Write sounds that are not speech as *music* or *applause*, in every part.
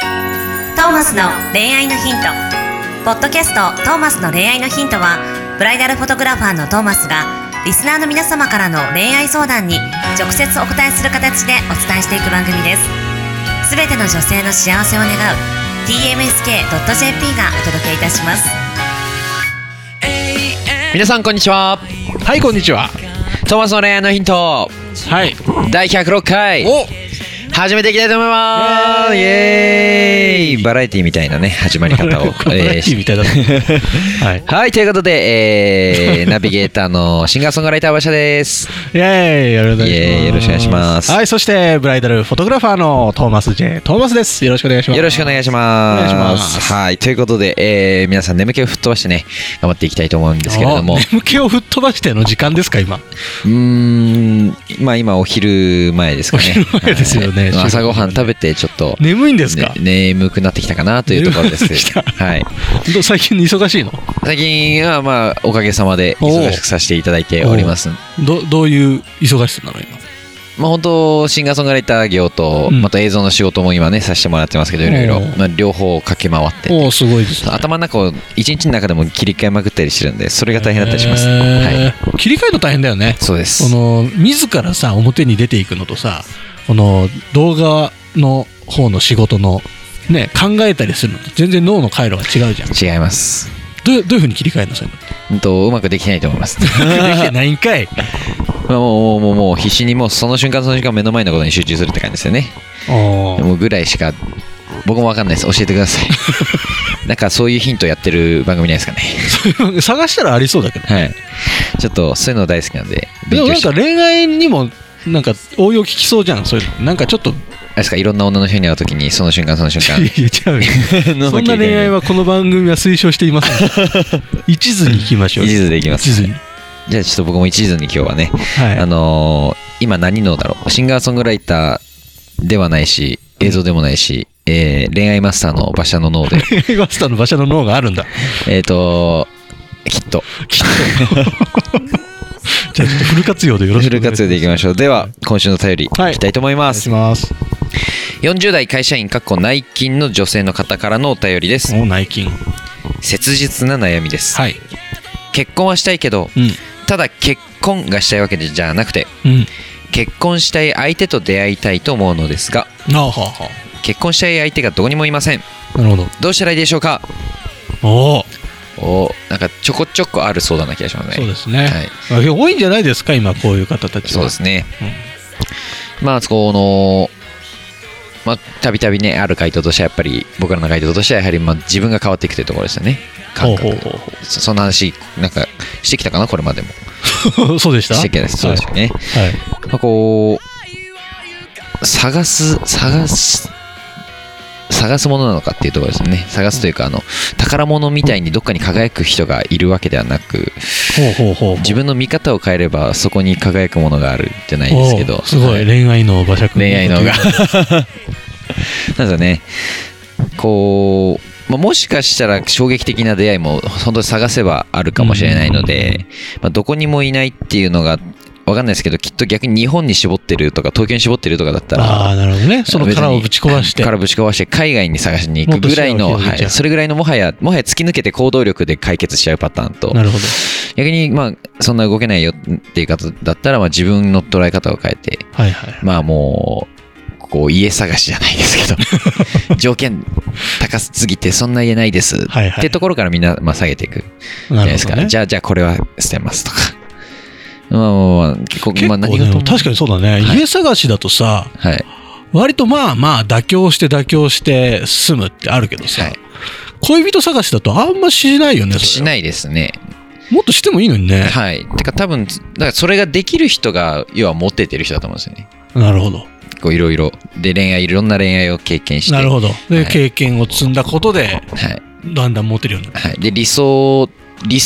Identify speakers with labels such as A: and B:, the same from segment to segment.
A: トーマスの恋愛のヒント」ポッドキャスト「トーマスの恋愛のヒントは」ブライダルフォトグラファーのトーマスがリスナーの皆様からの恋愛相談に直接お答えする形でお伝えしていく番組ですすべての女性の幸せを願う tmsk.jp がお届けいたします
B: 皆さんこんにちは
C: はいこんにちは
B: トーマスの恋愛のヒント
C: はい
B: 第106回
C: お
B: 始めていきたいと思いますイ
C: イ
B: エ
C: エ
B: ーイバラエティみたいなね始まり
C: *laughs*
B: 方をえー
C: いいみたいだなはい
B: はいということで、えーナビゲーターのシンガーソングライター馬車です
C: イエーイよろ *laughs* しくお願
B: イエ
C: いします
B: ーイよろしくお願いします
C: はいそしてブライダルフォトグラファーのトーマス J トーマスですよろしくお願いします
B: よろしくお願いします
C: お願いします
B: はいということで、えー皆さん眠気を吹っ飛ばしてね頑張っていきたいと思うんですけれども
C: あ *laughs* 眠気を吹っ飛ばしての時間ですか今
B: うーんまあ今お昼前ですかね
C: お昼前ですよ
B: はい
C: ね
B: 朝ごはん食べてちょっと
C: 眠いんですか、
B: ね眠くなってきたかなというところです。
C: 眠くなってきた
B: はい、
C: ど最近忙しいの
B: 最近はまあおかげさまで忙しくさせていただいております。
C: どどういう忙しさなの今
B: まあ本当シンガーソングライター業と、
C: うん
B: また映像の仕事も今ねさせてもらってますけどいろいろ
C: おう
B: まあ両方駆け回って
C: お
B: て
C: おすごいですね
B: 頭の中を一日の中でも切り替えまくったりしてるんでそれが大変だったりします。
C: へー
B: はい、
C: 切り替えるの大変だよね
B: そうです
C: そ。の自らさ表に出ていくのとさこの動画の方の仕事のね考えたりするのと全然脳の回路が違うじゃん
B: 違います。
C: どうどういうふうに切り替えるのそういう
B: う
C: の
B: んとうまくできないと思い
C: *laughs*
B: ます。
C: できてないんかい
B: ま *laughs* あもうもうもうもう必死にもうその瞬間その瞬間目の前のことに集中するって感じですよね。
C: おー
B: もうぐらいしか僕もわかんないです教えてください
C: *laughs*
B: なんかそういうヒントやってる番組ないですかね
C: そういう探したらありそうだけど
B: はいちょっとそういうの大好きなんで
C: で
B: 勉
C: も
B: 強
C: なん
B: して
C: か
B: あれ
C: 恋愛にもなんか応用効きそうじゃんそういうのなんかちょっと
B: ですかいろんな女の人に会うときにその瞬間その瞬
C: *laughs*
B: 間
C: 言っちゃうよ
B: *laughs*
C: そんな恋愛はこの番組は推奨していません一途に行きましょう
B: 一途で行きます
C: 一途に
B: じゃあちょっと僕も一途に今日はね、
C: はい
B: あのー今何のだろうシンガーソングライターではないし映像でもないし、えー恋愛マスターの馬車の脳で
C: 恋 *laughs* 愛マスターの馬車の脳があるんだ
B: えっときっと
C: *laughs* きっとじゃあちょっとフル活用でよろし
B: フ
C: く
B: ル
C: お願い
B: 活用でいきましょうでは今週の頼りい
C: はい
B: きたいと思います、
C: します。
B: 40代会社員かっこ内勤の女性の方からのお便りです
C: お内勤。
B: 切実な悩みです、
C: はい。
B: 結婚はしたいけど
C: うん。
B: ただ結婚がしたいわけじゃなくて
C: うん。
B: 結婚したい相手と出会いたいと思うのですが
C: ああはあは
B: 結婚したい相手がどこにもいません
C: あ。なるほど。
B: どうしたらいいでしょうか
C: おお、
B: おなんかちょこちょこある相談な気がしますね
C: そうですね、
B: はい
C: あ多いんじゃないですか、今こういう方たちは。
B: そうですね、まあそこのまあたびたびねある回答としてはやっぱり僕らの回答としてはやはりまあ自分が変わっていくというところですよね感
C: ほう
B: 覚
C: ほうほう
B: そそんな話なんかしてきたかなこれまでも
C: ほう。そうでした。
B: してきたですそうですよね、
C: はい。はい
B: まあ、こう探す探す探すものなのかっていうところですよね探すというかあの宝物みたいにどっかに輝く人がいるわけではなく
C: ほうほうほう。
B: 自分の見方を変えればそこに輝くものがあるじゃないですけ
C: お
B: ど
C: ーすご、
B: はい
C: 恋愛の馬車君。
B: 恋愛 *laughs* のがなんだねこう、まあ、もしかしたら衝撃的な出会いも本当に探せばあるかもしれないので、まあ、どこにもいないっていうのがわかんないですけどきっと逆に日本に絞ってるとか東京に絞ってるとかだった
C: あ
B: ら
C: *laughs* あ、なるほどね。その殻をぶち壊して。
B: からぶち壊して海外に探しに行くぐらいの、
C: もっと視野を広
B: は
C: げちゃう
B: い、それぐらいのもはやもはや突き抜けて行動力で解決しちゃうパターンと
C: なるほど。
B: 逆にまあそんな動けないよっていう方だったらまあ自分の捉え方を変えて
C: はいはい。
B: まあもう、こう家探しじゃないですけど、
C: *laughs*
B: 条件高すぎてそんな家ないです。
C: はい
B: っ
C: はい
B: てところからみんな、まあ、下げていくじゃ
C: な
B: ないで
C: るほ
B: す
C: ど
B: か。
C: ね。
B: じゃあ、じゃあこれは捨てますとか。まあまあまあ、結構、
C: 結
B: まあ
C: 構
B: 何
C: ね
B: 事も。
C: 確かにそうだね、
B: はい
C: 家探しだとさ、
B: はい。
C: 割とまあまあ妥協して妥協して住むってあるけどさ、
B: はい
C: 恋人探しだとあんましないよねそれ
B: しないですね。
C: もっとしてもいいのにね、
B: はい。てか多分、だからそれができる人が、要はモテてる人だと思うんですよね。
C: なるほど
B: こういろいろ。で、恋愛、いろんな恋愛を経験して。
C: なるほどで、
B: はい
C: 経験を積んだことで
B: はい。
C: だんだんモテるようになる
B: はい、で理想理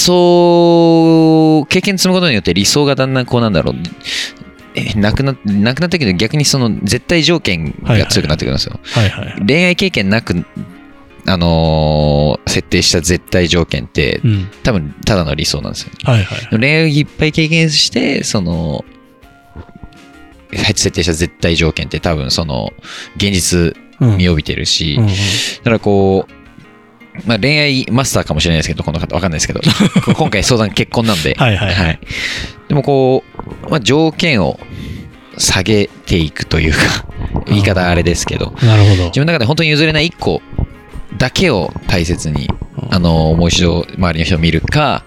B: 想経験積むことによって理想がだんだんこうなんだろうえなくななくなってくるけど逆にその絶対条件が強くなってくるんですよ、
C: はいはい
B: 恋愛経験なくあのー設定した絶対条件って
C: うん
B: 多分ただの理想なんですよ
C: はいはい
B: 恋愛をいっぱい経験してその設定した絶対条件って多分その現実
C: うん
B: 身を帯びてるし、
C: うんうん
B: だからこう、まあ、恋愛マスターかもしれないですけど、この方、わかんないです
C: *laughs*
B: けど、こ今回相談結婚なんで、
C: はいはい
B: でもこう、まあ、条件を下げていくというか、言い方あれですけど、
C: なるほど
B: 自分の中で本当に譲れない1個だけを大切に、
C: うん
B: あの、もう一度周りの人を見るか、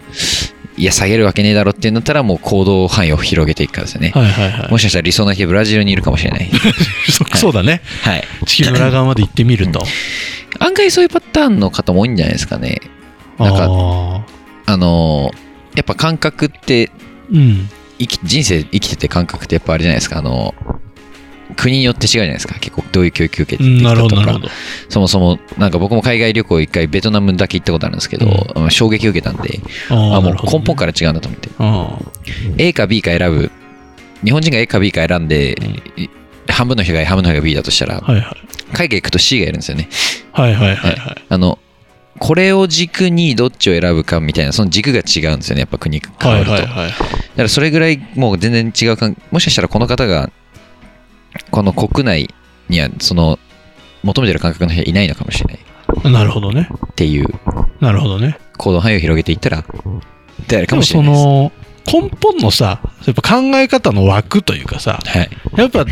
B: いや、下げるわけねえだろっていうんだったら、もう行動範囲を広げていくかですよね。
C: はいはいは
B: もしかしたら理想な人、ブラジルにいるかもしれ
C: *laughs*
B: ない。
C: いそそうだね
B: はい。
C: 地球の裏側まで行ってみると
B: 案外そういうパターンの方も多いんじゃないですかね。なんか
C: あ
B: あのーやっぱ感覚って
C: ーうん
B: 生き人生生きてて感覚ってやっぱあれじゃないですかあの国によって違うじゃないですか結構どういう教育受け
C: う
B: て
C: ん
B: き
C: な
B: た
C: るほ
B: と
C: どなるほ
B: か
C: ど
B: そもそもなんか僕も海外旅行一回ベトナムだけ行ったことあるんですけど、あの衝撃受けたんで
C: あ
B: あ
C: ー
B: も
C: な
B: う
C: るほどね
B: 根本から違うんだと思って、
C: あ
B: A か B か選ぶ日本人が A か B か選んで、い半分の人が A 半分の人が B だとしたら
C: ーはいはい
B: 海外行くと C がいるんですよね
C: はいはいはいはい
B: あのこれを軸にどっちを選ぶかみたいなその軸が違うんですよねやっぱ国変わ
C: は
B: る
C: い
B: と、
C: はいはい
B: だからそれぐらいもう全然違う感もしかしたらこの方がこの国内にはその求めてる感覚の人はいないのかもしれない
C: なるほどね。
B: っていう
C: なるほどね。
B: 行動範囲を広げていったらであるかもしれ
C: で
B: ない
C: も
B: で
C: その根本のさ、やっぱ考え方の枠というかさ、
B: す。はい、
C: やっぱ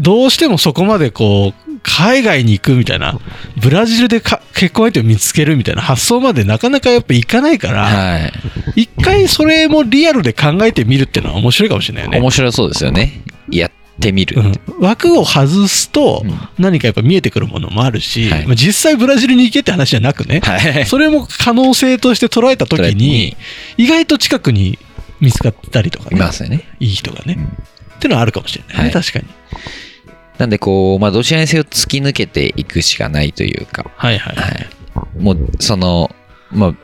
C: どうしてもそこまでこう、海外に行くみたいな、ブラジルでか結婚相手を見つけるみたいな発想までなかなかやっぱいかないから、
B: はい
C: 一回それもリアルで考えてみるっていうのは面白いかもしれないよね。
B: 面白そうですよねやってみる、
C: うん枠を外すと
B: うん
C: 何かやっぱ見えてくるものもあるし、
B: はい
C: まあ実際ブラジルに行けって話じゃなく *laughs* ね、
B: はい
C: それも可能性として捉えた時に、意外と近くに見つかったりとか
B: い
C: ね、
B: ますよね
C: いい人がね、
B: うん
C: ってのはあるかもしれないね、
B: はい
C: 確かに。
B: なんでこう、まあ、どちらにせよ突き抜けていくしかないというか、
C: はいはい。
B: はい、もうそのまあ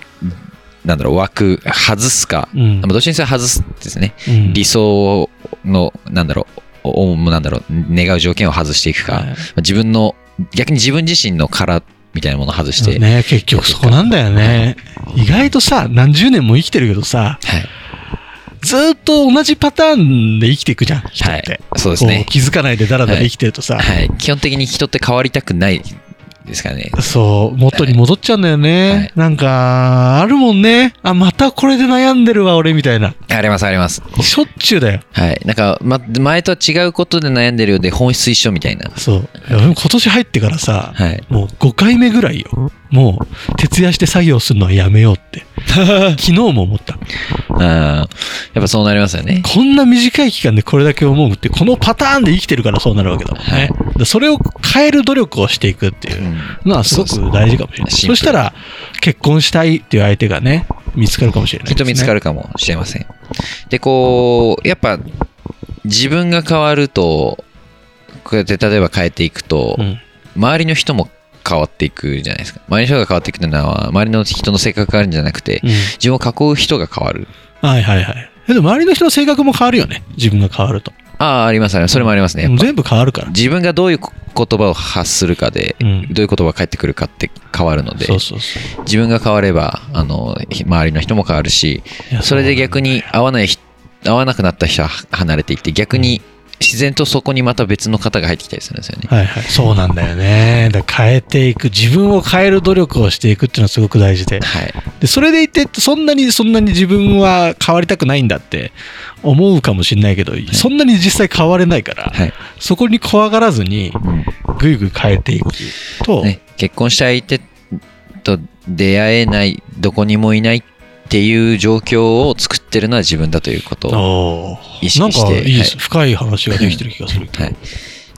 B: なんだろう枠外すか、
C: うん
B: まあ、どちらにせよ外すですね
C: うん
B: 理想のなんだろうおおなんだろう願う条件を外していくか、
C: はい
B: 自分の逆に自分自身の殻みたいなものを外して、
C: ね、結局そこなんだよね。意外とさ、何十年も生きてるけどさ、
B: はい、
C: ずーっと同じパターンで生きていくじゃん、人って。
B: はい、そうですね
C: こう気づかないでダラダラ生きてるとさ、
B: はい、基本的に人って変わりたくないですから
C: *laughs*
B: ね
C: そう、元に戻っちゃうんだよね。
B: はい
C: なんか、あるもんね。あ、またこれで悩んでるわ、俺みたいな。
B: ありますあります
C: しょっちゅうだよ。
B: はいなんか、ま、前とは違うことで悩んでるようで本質一緒みたいな
C: そう。いやでも今年入ってからさ、 *laughs*
B: はい
C: もう5回目ぐらいよ。もう、徹夜して作業するのはやめようって。昨日も思った。
B: あーやっぱそうなりますよね
C: こんな短い期間でこれだけ思うって、このパターンで生きてるからそうなるわけだもんね。
B: はい
C: だからそれを変える努力をしていくっていううんのはすごく大事かもしれな
B: そうそう
C: い。
B: シンプル
C: そしたら、結婚したいっていう相手がね、見つかるかもしれない、
B: きっと見つか
C: る。
B: るかもしれません。で、こう、やっぱ自分が変わると、こうやって例えば変えていくと、
C: うん。
B: 周りの人も変わっていくじゃないですか。周りの人が変わっていくというのは、周りの人の性格が変わるんじゃなくて、
C: うん
B: 自分を囲う人が変わる。
C: はいはいはい。えでも周りの人の性格も変わるよね。自分が変わると。
B: ああ、ありますありますそれもありますね。やっ
C: もう
B: ぱ
C: 全部変わるから。
B: 自分がどういう言葉を発するかで、
C: うん。
B: どういう言葉が返ってくるかって変わるので
C: そ、うそうそう。
B: 自分が変われば、あの、周りの人も変わるし、
C: いや
B: それで逆に会わない人会わなくなった人は離れていって逆に自然とそこにまた別の方が入ってきたりするんですよね。
C: はいはい、そうなんだよね。だから変えていく、自分を変える努力をしていくっていうのはすごく大事で。
B: はい、
C: で、それでいて、そんなにそんなに自分は変わりたくないんだって思うかもしれないけど、そんなに実際変われないから、
B: はい
C: そこに怖がらずに、
B: うん
C: ぐいぐい変えていくと、
B: ね、結婚した相手と出会えないどこにもいないっていう状況を作ってるのは自分だということを、
C: おー
B: 意識して
C: なんかいいです、
B: は
C: 深い話ができてる気がする。
B: はい、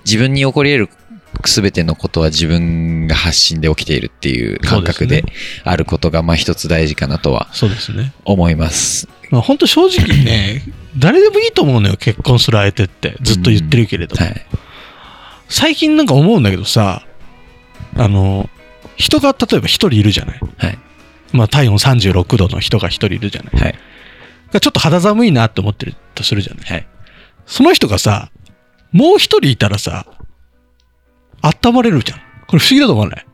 B: 自分に起こり得る全てのことは自分が発信で起きているっていう感覚で
C: そう
B: あることがまあ一つ大事かなとは
C: そうですね。
B: 思います。
C: まあ、本当正直
B: *laughs*
C: ね、誰でもいいと思うのよ、結婚する相手って。ずっと言ってるけれども。
B: はい、
C: 最近なんか思うんだけどさ、あの、人が例えば一人いるじゃない。
B: はい、
C: まあ体温36度の人が一人いるじゃない。
B: はい、
C: がちょっと肌寒いなって思ってるとするじゃない。
B: はい。
C: その人がさ、もう一人いたらさ、温まれるじゃん。これ不思議だと思わない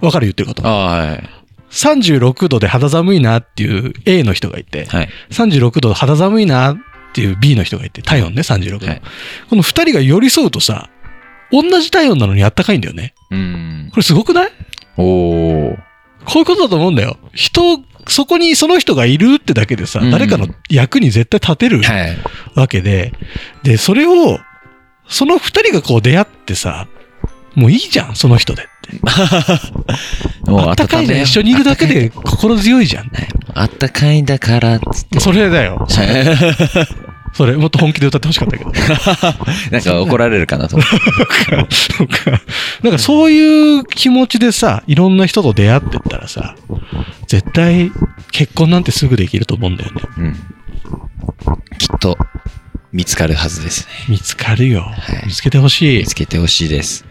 C: わかる言ってること
B: あ。あ、はい、
C: 36度で肌寒いなっていう A の人がいて、
B: はい、
C: 36度肌寒いなっていう B の人がいて、体温ね、36度。
B: はい
C: この二人が寄り添うとさ、同じ体温なのにあったかいんだよね。
B: うん。
C: これすごくない
B: おお。
C: こういうことだと思うんだよ。人、そこにその人がいるってだけでさ、
B: うん
C: 誰かの役に絶対立てる
B: はい。
C: わけで、で、それを、その二人がこう出会ってさ、もういいじゃん、その人でって。あったかいじゃん、一緒にいるだけで心強いじゃん。
B: *laughs* あったかいんだ
C: *laughs*
B: から、つって。
C: それだよ。それ、もっと本気で歌ってほしかったけど。
B: なんか怒られるかなと思って。
C: なんか、なんかそういう気持ちでさ、いろんな人と出会ってったらさ、絶対結婚なんてすぐできると思うんだよね。
B: *laughs* うん。きっと、見つかるはずですね。
C: 見つかるよ。
B: はい
C: 見つけてほしい
B: 見。つけてほしいです。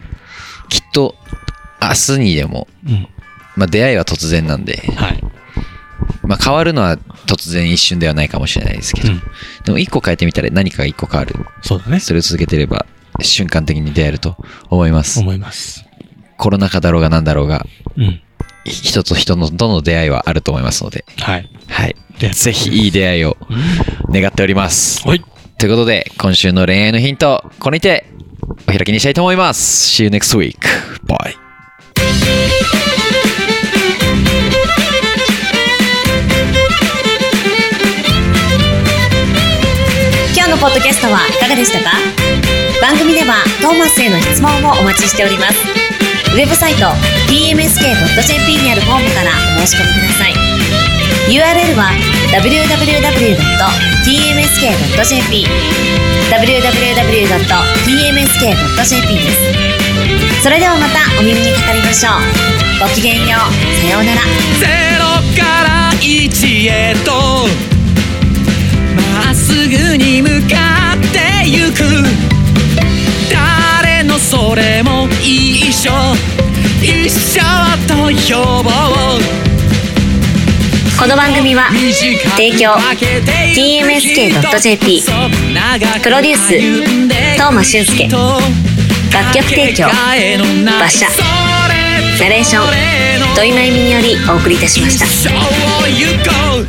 B: きっと、明日にでも、
C: うん。
B: まあ出会いは突然なんで、
C: はい。
B: まあ変わるのは突然一瞬ではないかもしれないですけ
C: う
B: ど、
C: ん。
B: でも一個変えてみたら何かが一個変わる。
C: そうだね。
B: それを続けてれば、瞬間的に出会えると思います。
C: 思います。
B: コロナ禍だろうが何だろうが、
C: うん。
B: 人と人のどの出会いはあると思いますので、
C: はい。
B: はい。
C: で
B: ぜひいい出会いを願っております。
C: はい。
B: ということで、今週の恋愛のヒント、これにてお開きにしたいと思います。See you next week. Bye.
A: 「今日のポッドキャストはいかがでしたか番組ではトーマスへの質問もお待ちしておりますウェブサイト tmsk.jp にあるフォームからお申し込みください URL は www.tmsk.jp www.tmsk.jp ですそれではまたお耳にかかりましょうごきげんようさようなら
D: ゼロから一へとまっすぐに向かってゆく誰のそれも一緒一緒と呼ぼう
A: この番組は提供 TMSK.jp プロデュース東間俊介楽曲提供馬車ナレーション土井真由美によりお送りいたしました
D: 一生を行こう